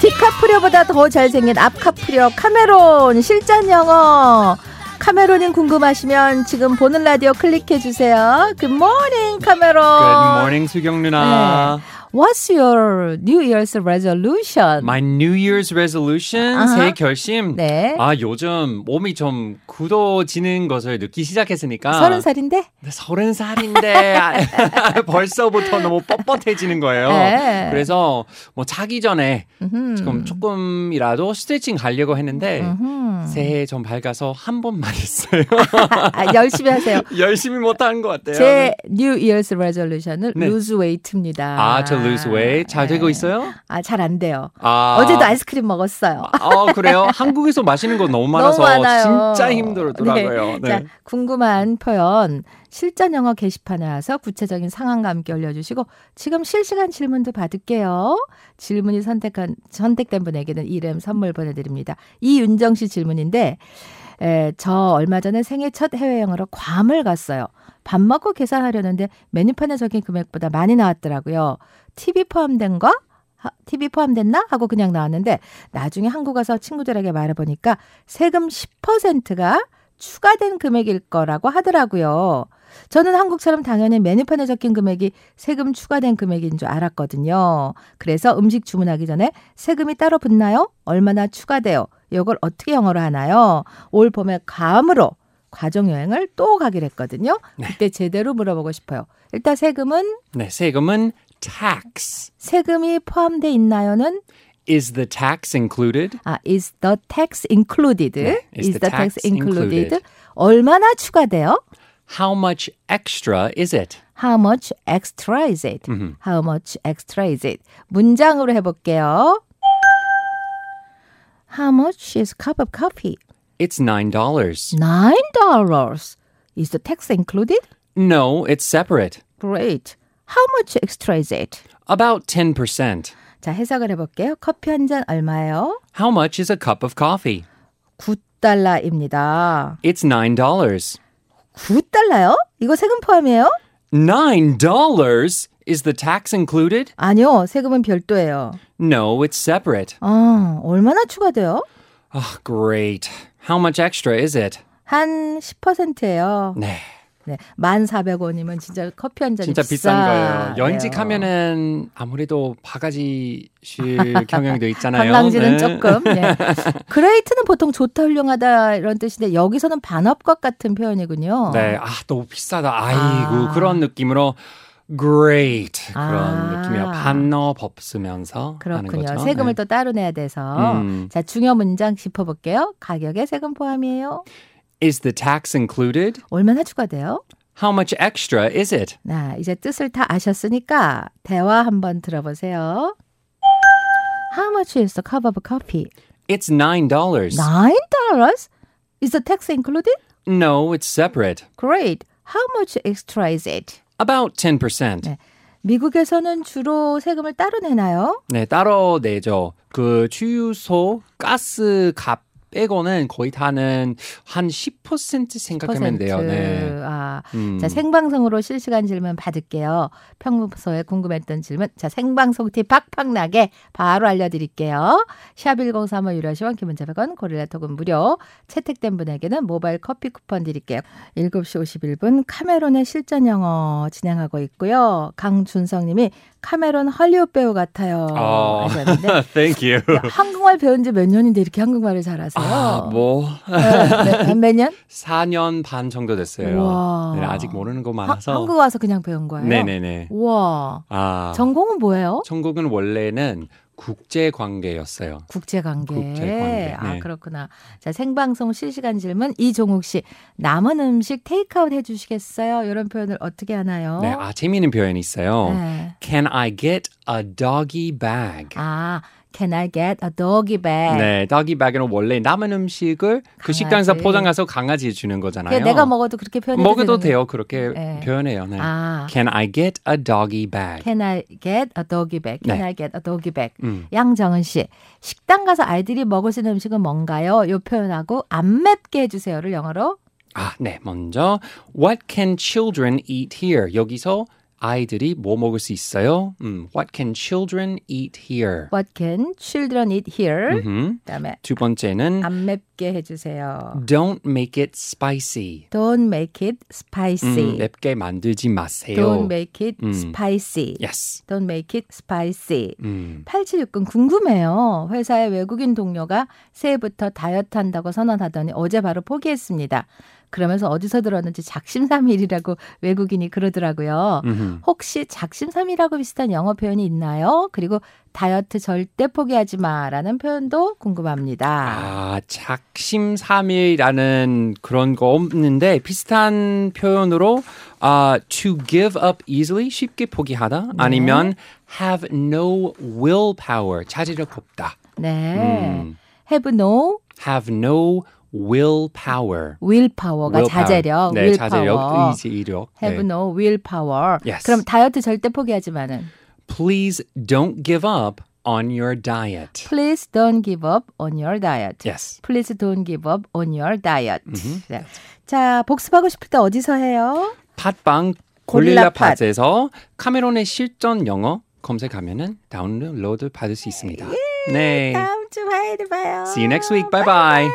디카프리오보다 더 잘생긴 앞카프리오 카메론 실전 영어 카메론인 궁금하시면 지금 보는 라디오 클릭해 주세요. 굿모닝 카메론. Good morning, 수경 누나. What's your New Year's resolution? My New Year's resolution, 네. 아하. 새 결심. 네. 아 요즘 몸이 좀 굳어지는 것을 느끼 시작했으니까. 네, 서른 살인데 서른 살인데 아, 벌써부터 너무 뻣뻣해지는 거예요. 네. 어. 음. 그래서 뭐 자기 전에 조금 조금이라도 스트레칭 가려고 했는데 새해 좀 밝아서 한 번만 했어요. 아, 아, 열심히 하세요. 열심히 못하는 것 같아요. 제 New Year's resolution은 네. lose weight입니다. 아, 저 lose weight 잘 되고 네. 있어요? 아, 잘 안 돼요. 아. 어제도 아이스크림 먹었어요. 어 그래요? 한국에서 마시는 거 너무 많아서 너무 많아요. 진짜 힘들더라고요. 자, 궁금한 표현 실전 영어 게시판에 와서 구체적인 상황과 함께 올려주시고 지금 실시간 질문도 받을게요. 질문이 선택한 선택된 분에게는 이름 선물 보내드립니다. 이윤정 씨 질문인데 에, 저 얼마 전에 생애 첫 해외 여행으로 괌을 갔어요. 밥 먹고 계산하려는데 메뉴판에 적힌 금액보다 많이 나왔더라고요. TV 포함된가? 하- TV 포함됐나? 하고 그냥 나왔는데 나중에 한국 가서 친구들에게 말해보니까 세금 10%가 추가된 금액일 거라고 하더라고요. 저는 한국처럼 당연히 메뉴판에 적힌 금액이 세금 추가된 금액인 줄 알았거든요. 그래서 음식 주문하기 전에 세금이 따로 붙나요? 얼마나 추가돼요? 이걸 어떻게 영어로 하나요? 올 봄에 감으로 과정 여행을 또 가기로 했거든요. 그때 제대로 물어보고 싶어요. 일단 세금은 네, 세금은 tax. 세금이 포함돼 있나요는 Is the tax included? 아, is the tax included? 네, is, the, tax, included? 얼마나 추가돼요? How much extra is it? How much extra is it? 음흠. How much extra is it? 문장으로 해볼게요. How much is cup of coffee? It's nine dollars. Nine dollars. Is the tax included? No, it's separate. Great. How much extra is it? About ten percent. 자, 해석을 해볼게요. 커피 한 잔 얼마예요? How much is a cup of coffee? 9달러입니다. It's nine dollars. 9달러요? 이거 세금 포함이에요? Nine dollars? Is the tax included? 아니요, 세금은 별도예요. No, it's separate. 아, 얼마나 추가돼요? Ah, great. How much extra is it? 한 10%예요. 네. 네. 1,400원이면 진짜 커피 한 잔이 네, 어. 진짜 비싼 거예요. 연직 은 하면은 아무래도 바가지실 경향이 돼 있잖아요. 관광지는 네. 조금. 네. 그레이트는 보통 좋다 훌륭하다 이런 뜻인데 여기서는 반업것 같은 표현이군요. 네, 아 너무 비싸다. 아이고 아. 그런 느낌으로 great 그런 아. 느낌이에요. 반업 없으면서 하는 그렇군요. 거죠. 세금을 네. 또 따로 내야 돼서 음. 자 중요 문장 짚어볼게요. 가격에 세금 포함이에요. Is the tax included? 얼마나 추가돼요? How much extra is it? 나 이제 뜻을 다 아셨으니까 대화 한번 들어보세요. How much is the cup of coffee? It's nine dollars. Nine dollars? Is the tax included? No, it's separate. Great. How much extra is it? About 10%. 네. 미국에서는 주로 세금을 따로 내나요? 네, 따로 내죠. 그 주유소 가스 값 빼고는 거의 다는 한 10% 생각하면 돼요. 네. 아, 음. 자 생방송으로 실시간 질문 받을게요. 평소에 궁금했던 질문, 자 생방송 팁 팍팍 나게 바로 알려드릴게요. 샵 #1035 유료시원 기문자 100원 고릴라 톡은 무료. 채택된 분에게는 모바일 커피 쿠폰 드릴게요. 7시 51분 카메론의 실전 영어 진행하고 있고요. 강준성님이 카메론 헐리우드 배우 같아요. 어. 하셨는데 Thank you. 야, 한국말 배운 지 몇 년인데 이렇게 한국말을 잘하세요? 아, 뭐 네, 몇 년? 4년 반 정도 됐어요. 우와. 네, 아직 모르는 거 하- 많아서. 한국 와서 그냥 배운 거예요? 네네네. 우와. 아, 전공은 뭐예요? 천국은 원래는 국제 관계였어요. 국제관계. 국제관계, 아, 네. 그렇구나. 자, 생방송 실시간 질문 이종욱 씨. 남은 음식 테이크아웃 해 주시겠어요? 이런 표현을 어떻게 하나요? 네, 아 재미있는 표현이 있어요. 네. Can I get a doggy bag? 아, can I get a doggy bag? 네, doggy bag은 원래 남은 음식을 그 강아지. 식당에서 포장해서 강아지에 주는 거잖아요. 그게 내가 먹어도 그렇게 표현해도 먹어도 되는 돼요. 그렇게 네. 표현해요. 네. 거예요? 아, Can I get a doggy bag? can I get a doggy bag? Can 네. I get a doggy bag? 음. 양정은 씨, 식당 가서 아이들이 먹을 수 있는 음식은 뭔가요? 요 표현하고 안 맵게 해주세요를 영어로 아, 네. 먼저 what can children eat here? 여기서 아이들이 뭐 먹을 수 있어요? 음, what can children eat here? What can children eat here? 음흠. 그다음에 두 번째는 안 맵게 해주세요. don't make it spicy. Don't make it 음, spicy. 맵게 만들지 마세요. Don't make it 음. spicy. yes. Don't make it spicy. 음. 8769 궁금해요. 회사의 외국인 동료가 새해부터 다이어트 한다고 선언하더니 어제 바로 포기했습니다. 그러면서 어디서 들었는지 작심삼일이라고 외국인이 그러더라고요. 음흠. 혹시 작심삼일하고 비슷한 영어 표현이 있나요? 그리고 다이어트 절대 포기하지 마라는 표현도 궁금합니다. 아, 작심삼일이라는 그런 거 없는데 비슷한 표현으로 아, to give up easily 쉽게 포기하다 네. 아니면 have no willpower 자지력 없다. 네. 음. have no have no willpower. willpower가 willpower. 자제력, 네, willpower. 자제력, 의지력. have 네. no willpower. Yes. 그럼 다이어트 절대 포기하지 마는 Please don't give up on your diet. Please don't give up on your diet. Yes. Please don't give up on your diet. 네. 자, 복습하고 싶을 때 어디서 해요? 팟빵 고릴라 고릴라 팟. 팟에서 카메론의 실전 영어 검색하면은 다운로드 받을 수 있습니다. 네. 다음 주 화요일에 봐요. See you next week. Bye bye.